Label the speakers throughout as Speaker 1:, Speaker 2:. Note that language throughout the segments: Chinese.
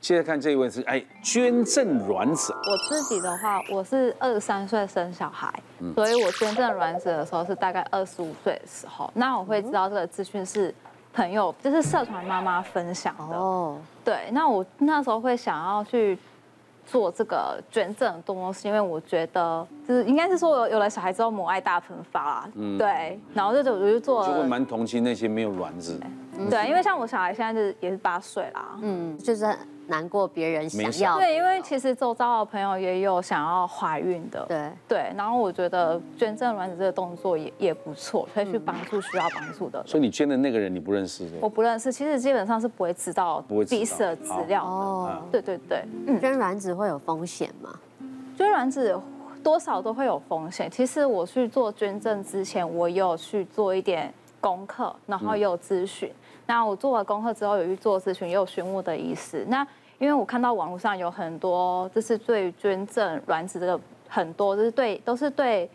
Speaker 1: 现在看这一位是哎，捐赠卵子，
Speaker 2: 我自己的话，我是二十三岁生小孩，
Speaker 1: 嗯
Speaker 2: 所以我捐赠卵子的时候是大概二十五岁的时候。那
Speaker 1: 嗯
Speaker 2: 我会知道这个资讯是朋友，就是社团妈妈分享的。
Speaker 3: 哦，
Speaker 2: 对，那我那时候会想要去做这个捐赠的动作，是因为我觉得就是应该是说我有了小孩之后母爱大喷发啦。对，然后就我就做
Speaker 1: 嗯就会
Speaker 2: 了。
Speaker 1: 蛮嗯同情那些没有卵子。
Speaker 2: 对，因为像我小孩现在就是也是八岁啦，
Speaker 3: 嗯，就是很难过别人想
Speaker 1: 没想
Speaker 3: 要，
Speaker 2: 对，因为其实周遭的朋友也有想要怀孕的，
Speaker 3: 对
Speaker 2: 对，然后我觉得捐赠卵子这个动作也也不错，可以去帮助需要帮助的人。
Speaker 1: 嗯所以你捐的那个人你不认识的
Speaker 2: 我，不认识，其实基本上是不会知道
Speaker 1: 不会知道
Speaker 2: 彼此的资料的。
Speaker 3: 哦，
Speaker 2: 对对对，嗯，
Speaker 3: 捐卵子会有风险吗？
Speaker 2: 捐卵子多少都会有风险。其实我去做捐赠之前，我也有去做一点功课，然后也有咨询。那我做了功课之后，有去做咨询，也有询问我的医师。那因为我看到网络上有很多，就是对于捐赠卵子这个很多，就是对都是对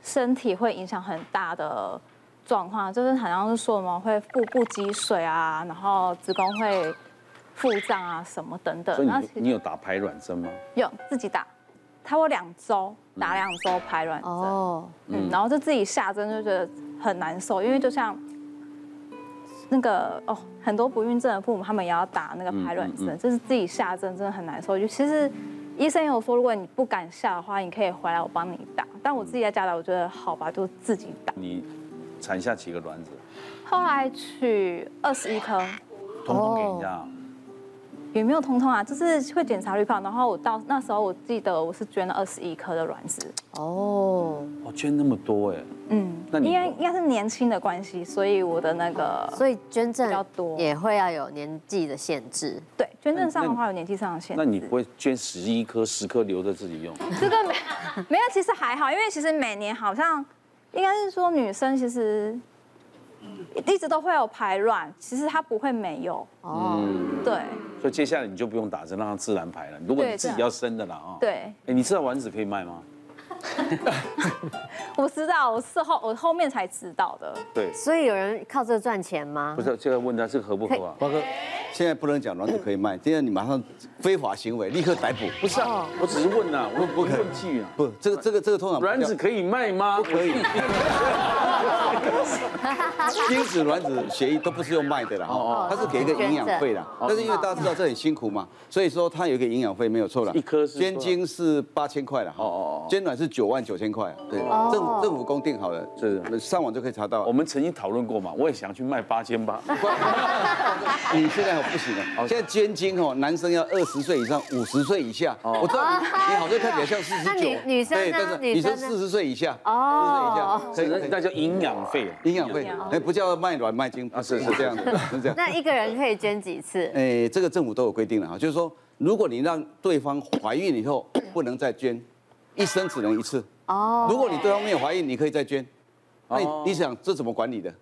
Speaker 2: 身体会影响很大的状况，就是好像是说什么会腹部积水啊，然后子宫会腹胀啊什么等等。
Speaker 1: 所以
Speaker 2: 那其
Speaker 1: 你你有打排卵针吗？
Speaker 2: 有自己打，差不多两周打两周排卵针，
Speaker 3: 哦，
Speaker 2: 嗯，然后就自己下针就觉得很难受，因为就像那个哦，很多不孕症的父母他们也要打那个排卵针，就是自己下针真的很难受。就其实医生有说，如果你不敢下的话，你可以回来我帮你打，但我自己在家打，我觉得好吧，就自己打。
Speaker 1: 你产下几个卵子，
Speaker 2: 嗯后来取二十一颗。
Speaker 1: 通通给人家
Speaker 2: 哦
Speaker 1: 啊？
Speaker 2: 也没有通通啊，就是会检查滤泡，然后我哦到那时候我记得我是捐了二十一颗的卵子，
Speaker 3: 哦，
Speaker 1: 哦，捐那么多哎，
Speaker 2: 嗯，
Speaker 1: 那你
Speaker 2: 应该应该是年轻的关系，所以我的那个，
Speaker 3: 所以捐
Speaker 2: 比较
Speaker 3: 赠
Speaker 2: 多
Speaker 3: 也会要有年纪的限制，
Speaker 2: 对捐赠上
Speaker 1: 那
Speaker 2: 的
Speaker 1: 你
Speaker 2: 话有年纪上的限制。
Speaker 1: 那你不会捐十一颗、十颗留着自己 用？
Speaker 2: 这个没没有，其实还好，因为其实每年好像应该是说女生其实一直都会有排卵，其实她不会没有，
Speaker 3: 哦，
Speaker 2: 对
Speaker 1: 所以接下来你就不用打针，让它自然排了。如果你
Speaker 2: 对
Speaker 1: 自己
Speaker 2: 对啊
Speaker 1: 要生的啦啊，
Speaker 2: 对，
Speaker 1: 哎，你知道丸子可以卖吗？
Speaker 2: 我知道，我事后我后面才知道的，
Speaker 1: 对，
Speaker 3: 所以有人靠这赚钱吗
Speaker 1: 不？是，就要问他这个合不合啊？
Speaker 4: 瓜哥，现在不能讲卵子可以卖，第二你马上非法行为，立刻逮捕。
Speaker 1: 不是啊，我只是问呐，我不问句啊。
Speaker 4: 不，这个这个这个通常
Speaker 1: 卵子可以卖吗？
Speaker 4: 可以， 精子、卵子、血液都不是用卖的啦，哦，它是给一个营养费啦。
Speaker 1: 哦
Speaker 4: 但是因为大家知道这很辛苦嘛，所以说它有一个营养费没有错啦。
Speaker 1: 一颗是
Speaker 4: 捐精是八千块啦，哦哦哦，捐卵是九万九千块，啊对，政府政府公定好了，
Speaker 1: 哦是
Speaker 4: 上网就可以查到
Speaker 1: 我。们曾经讨论过嘛，我也想去卖八千八，
Speaker 4: 你现在不行了，现在捐精哦，男生要二十岁以上，五十岁以下。我知道你你好像看起来像四
Speaker 3: 哦那
Speaker 4: 十九
Speaker 3: 女，女生呢
Speaker 4: 对但是
Speaker 3: 女
Speaker 4: 女
Speaker 3: 生
Speaker 4: 生
Speaker 3: 呢
Speaker 4: 四十岁以下，
Speaker 3: 哦
Speaker 4: 四十岁以下，可以可
Speaker 1: 那叫营养费啊。
Speaker 4: 以营养费，哎，不叫卖卵卖精
Speaker 1: 啊
Speaker 4: 啊，
Speaker 1: 是
Speaker 4: 是
Speaker 1: 是
Speaker 4: 是这样的，是这样。
Speaker 3: 那一个人可以捐几次？
Speaker 4: 哎，这个政府都有规定了哈，就是说，如果你让对方怀孕以后不能再捐，一生只能一次。
Speaker 3: 哦，
Speaker 4: 如果你对方没有怀孕，你可以再捐。那你你想这怎么管理的？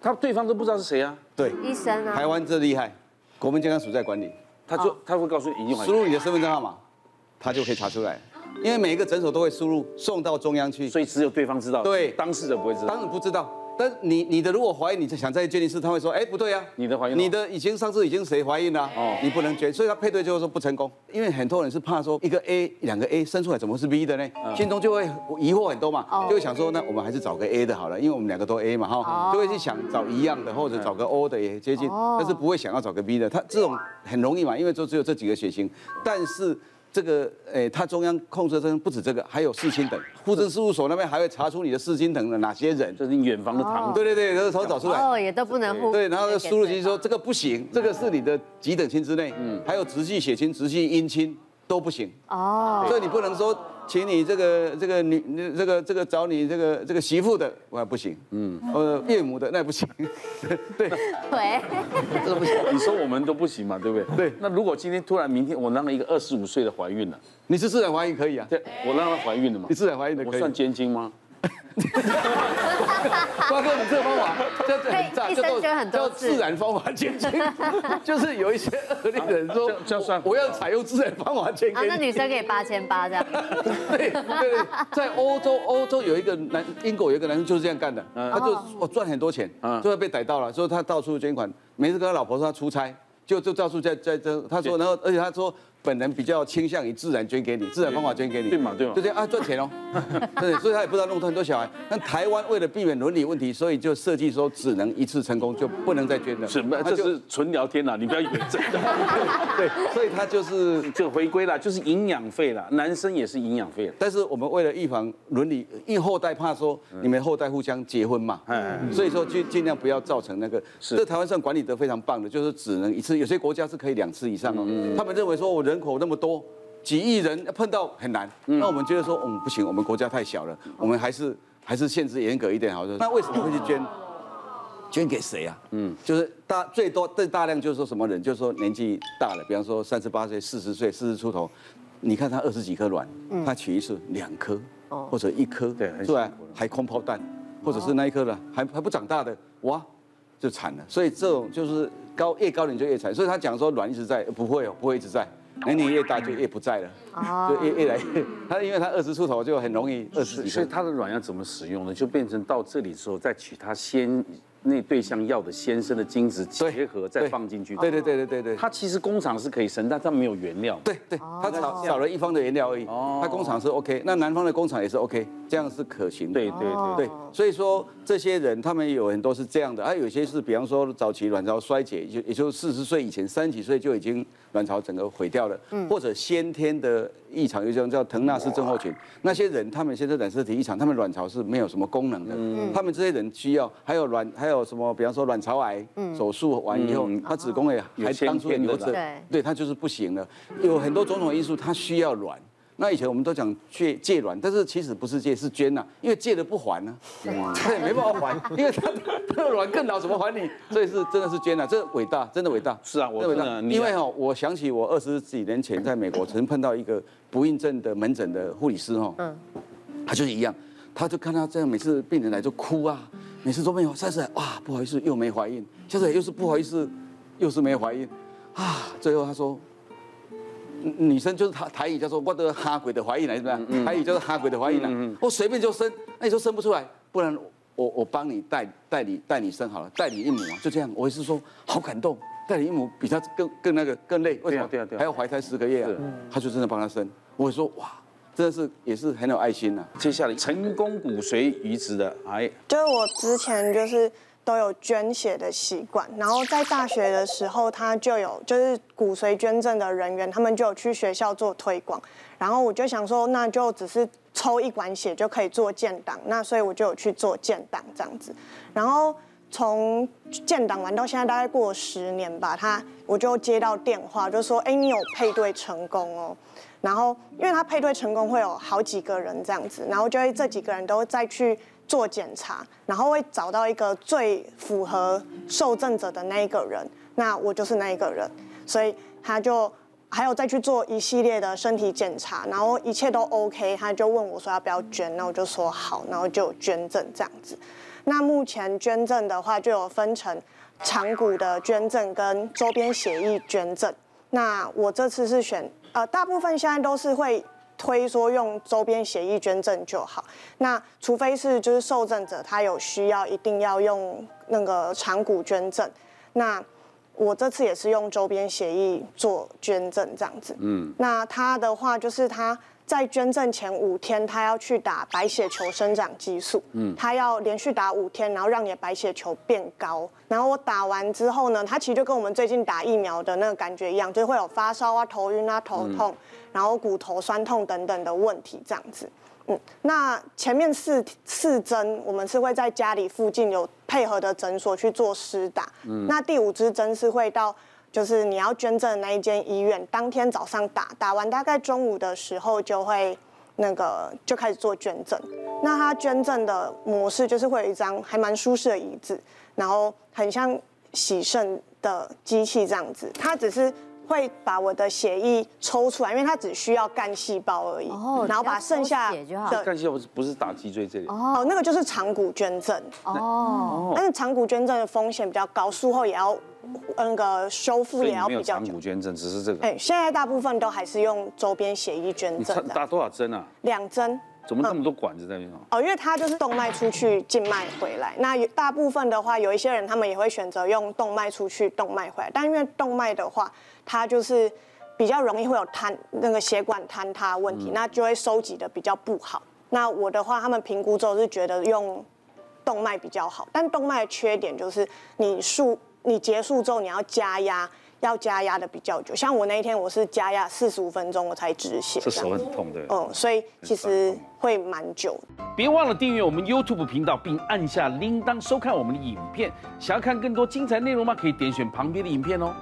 Speaker 1: 他对方都不知道是谁啊，
Speaker 4: 对，
Speaker 3: 医生
Speaker 4: 台
Speaker 3: 啊，
Speaker 4: 湾这厉害，国民健康署在管理。
Speaker 1: 他
Speaker 4: 啊
Speaker 1: 就他会告诉你已经怀
Speaker 4: 输
Speaker 1: 孕，
Speaker 4: 入你的身份证号码，他就可以查出来。因为每一个诊所都会输入，送到中央去。
Speaker 1: 所以只有对方知道，
Speaker 4: 对
Speaker 1: 当事人不会知道。
Speaker 4: 当然不知道，但你你的如果怀疑你想再捐一次，他会说，哎，不对啊，
Speaker 1: 你的怀孕了
Speaker 4: 你的已经上次已经谁怀孕了、
Speaker 1: 哦
Speaker 4: 哦，你不能捐，所以他配对就是说不成功，因为很多人是怕说一个 A 两个 A 生出来怎么会是 B 的呢？
Speaker 1: 嗯
Speaker 4: 心中就会疑惑很多嘛，就会想说，那我们还是找个 A 的好了，因为我们两个都 A 嘛哈，就会去想找一样的或者找个 O 的也接近，但是不会想要找个 B 的，他这种很容易嘛，因为就只有这几个血型，但是。这个，诶，他中央控制针不止这个，还有四亲等，户政事务所那边还会查出你的四亲等的哪些人，
Speaker 1: 这是你远房的堂弟，
Speaker 4: 对对对，都是头找出来。
Speaker 3: 哦，也都不能互
Speaker 4: 对，然后
Speaker 3: 捐给
Speaker 4: 输入进去
Speaker 3: 对方
Speaker 4: 说这个不行，这个是你的几等亲之内，嗯，还有直系血亲、直系姻亲都不行，
Speaker 3: 哦，
Speaker 4: 所以你不能说请你这个这个女这个这个找你这个这个媳妇的，哇不行，嗯，呃岳母的那也不行， 对，
Speaker 3: 对，
Speaker 1: 这不行。你说我们都不行嘛，对不对？
Speaker 4: 对
Speaker 1: 那如果今天突然明天我让一个二十五岁的怀孕了，
Speaker 4: 你是自然怀孕可以啊，
Speaker 1: 对，我让她怀孕了嘛
Speaker 4: 你，自然怀孕的
Speaker 1: 我
Speaker 4: 可以。
Speaker 1: 算捐精吗？
Speaker 4: 瓜哥，你这个 方法这样子很
Speaker 3: 可
Speaker 4: 炸，
Speaker 3: 以一生
Speaker 4: 叫
Speaker 3: 捐很多
Speaker 4: 叫
Speaker 3: 次
Speaker 4: 自然方 法捐精，就是有一些恶劣的人说
Speaker 1: 啊这样这样算
Speaker 4: 我我要采用自然方法捐
Speaker 3: 啊，
Speaker 4: 给
Speaker 3: 那
Speaker 4: 你。
Speaker 3: 女生给八千八这样，
Speaker 4: 对对对，在欧 洲，欧洲有一个男，英国有一个男生就是这样干的，
Speaker 1: 嗯
Speaker 4: 他就我赚很多钱，最后被逮到了，所以他到处捐款。每次跟他老婆说他出差，就就到处在在这，他说，然后而且他说本人比较倾向于自然捐给你，自然方法捐给你，
Speaker 1: 对嘛对嘛
Speaker 4: 就这样啊赚 钱哦，对，所以他也不知道弄出很多小孩。但台湾为了避免伦理问题，所以就设计说只能一次成功，就不能再捐了。
Speaker 1: 什么？
Speaker 4: 他就
Speaker 1: 这是纯聊天啦，你不要以为真的。
Speaker 4: 对，所以他就是
Speaker 1: 这个回归啦，就是营养费啦，男生也是营养费啦。
Speaker 4: 但是我们为了预防伦理，因为后代怕说你们后代互相结婚嘛，所以说尽尽量不要造成那个。
Speaker 1: 是
Speaker 4: 这台湾算管理得非常棒的，就是只能一次，有些国家是可以两次以上哦。他们认为说我人口那么多，几亿人碰到很难，那我们觉得说，嗯，不行，我们国家太小了，我们还是还是哦限制严格一点好了。嗯那为什么会去捐？捐给谁啊？嗯，就是大最多最大量就是说什么人，就是说年纪大了，比方说三十八岁、四十岁、四十出头，你看他二十几颗卵，他取一次两颗，或者一颗，
Speaker 1: 对很
Speaker 4: 出来
Speaker 1: 辛苦了
Speaker 4: 还空包蛋，或者是那一颗了还还不长大的，哇，就惨了。所以这种就是高越高龄就越惨，所以他讲说卵一直在，不会哦，不会一直在。年龄越大就越不在了，就越越来越，他因为他二十出头就很容易二十几
Speaker 1: 所
Speaker 4: 岁
Speaker 1: 以，它的卵要怎么使用呢？就变成到这里之后再取它先那对象要的先生的精子
Speaker 4: 对
Speaker 1: 结合再
Speaker 4: 对
Speaker 1: 放进去。
Speaker 4: 对对对对对对，
Speaker 1: 它其实工厂是可以生，但它没有原料。
Speaker 4: 对对，他少少哦了一方的原料而已。
Speaker 1: 哦
Speaker 4: 他工厂是 OK，那南方的工厂也是 OK，这样是可行的。
Speaker 1: 对对对
Speaker 4: 对，所以说这些人他们有很多是这样的，还有些是比方说早期卵巢衰竭，就也就四十岁以前三十几岁就已经卵巢整个毁掉了，或者先天的异常，有一种叫腾纳氏症候群，那些人他们先天染色体异常，他们卵巢是没有什么功能的，他们这些人需要还有卵还有什么，比方说卵巢癌手术完以后，他子宫也还当初也留
Speaker 1: 嗯有
Speaker 4: 着
Speaker 1: 先天的，
Speaker 3: 啦
Speaker 4: 对，它就是不行了。有很多种种因素，它需要卵。那以前我们都讲借借卵，但是其实不是借，是捐呐、啊因为借了不还呢、啊，他也没办法还，因为他他的卵更老，怎么还你？所以是真的是捐呐、啊这伟大，真的伟大。
Speaker 1: 是啊我
Speaker 4: 真的
Speaker 1: 真的很厉害
Speaker 4: 因为哈、哦，我想起我二十几年前在美国曾碰到一个不孕症的门诊的护理师哈、哦，他就是一样，他就看他这样，每次病人来就哭啊，每次都没有，下次来哇不好意思又没怀孕，下次来又是不好意思，又是没怀孕，啊，最后他说。嗯女生就是台台语叫做我的哈鬼的怀孕了，是不
Speaker 1: 嗯
Speaker 4: 是？台语叫做哈鬼的怀孕了，我随便就生，那你说生不出来，不然我我帮你代代你代你生好了，代你一母啊，就这样。我也是说好感动，代你一母比他更更那个更累，为什
Speaker 1: 对
Speaker 4: 么？
Speaker 1: 啊对啊对啊
Speaker 4: 还要怀胎十个月啊
Speaker 1: 是，
Speaker 4: 他就真的帮他生。我说哇，真的是也是很有爱心呐、啊
Speaker 1: 接下来成功骨髓移植的，哎，
Speaker 5: 就是我之前就是都有捐血的习惯，然后在大学的时候，他就有就是骨髓捐赠的人员，他们就有去学校做推广，然后我就想说，那就只是抽一管血就可以做建档，那所以我就有去做建档这样子，然后。从建档完到现在大概过了十年吧，他我就接到电话，就说：“哎、你有配对成功哦。”然后因为他配对成功会有好几个人这样子，然后就会这几个人都再去做检查，然后会找到一个最符合受赠者的那一个人，那我就是那一个人，所以他就还有再去做一系列的身体检查，然后一切都 OK，他就问我说要不要捐，那我就说好，然后就有捐赠这样子。那目前捐赠的话，就有分成长骨的捐赠跟周边血液捐赠。那我这次是选，呃，大部分现在都是会推说用周边协议捐赠就好。那除非是就是受赠者他有需要，一定要用那个长骨捐赠。那我这次也是用周边协议做捐赠这样子。嗯，那他的话就是他在捐赠前五天，他要去打白血球生长激素。嗯，他要连续打五天，然后让你的白血球变高。然后我打完之后呢，他其实就跟我们最近打疫苗的那个感觉一样，就会有发烧啊、头晕啊、头痛，然后骨头酸痛等等的问题这样子。嗯，那前面四四针我们是会在家里附近有配合的诊所去做施打，嗯，那第五支针是会到就是你要捐赠的那一间医院，当天早上打，打完大概中午的时候就会那个就开始做捐赠。那它捐赠的模式就是会有一张还蛮舒适的椅子，然后很像洗肾的机器这样子，它只是。会把我的血液抽出来，因为它只需要干细胞而已，
Speaker 3: 哦
Speaker 5: 然后把
Speaker 3: 只要抽
Speaker 5: 剩下
Speaker 3: 血就好
Speaker 5: 的
Speaker 1: 干细胞不是不是打脊椎这里，
Speaker 5: 哦，那个就是长骨捐赠，
Speaker 3: 哦，
Speaker 5: 但是长骨捐赠的风险比较高，术后也要呃那个修复
Speaker 1: 所以
Speaker 5: 也
Speaker 1: 你
Speaker 5: 要
Speaker 1: 没有
Speaker 5: 啊比较
Speaker 1: 长
Speaker 5: 久
Speaker 1: 骨。捐赠，只是这个。
Speaker 5: 哎，现在大部分都还是用周边血液捐
Speaker 1: 你
Speaker 5: 赠的，
Speaker 1: 打多少针啊？
Speaker 5: 两针，
Speaker 1: 怎么那么多管子在那边啊？
Speaker 5: 哦，因为它就是动脉出去，静脉回来。那有大部分的话，有一些人他们也会选择用动脉出去，动脉回来。但因为动脉的话，它就是比较容易会有坍那个血管坍塌问题，那就会收集的比较不好。那我的话，他们评估之后是觉得用动脉比较好，但动脉的缺点就是你束你结束之后你要加压，要加压的比较久。像我那一天我是加压四十五分钟我才止血，
Speaker 1: 这
Speaker 5: 样
Speaker 1: 手很痛的。
Speaker 5: 嗯，所以其实会蛮久的。
Speaker 1: 别忘了订阅我们 YouTube 频道，并按下铃铛收看我们的影片。想要看更多精彩内容吗？可以点选旁边的影片哦。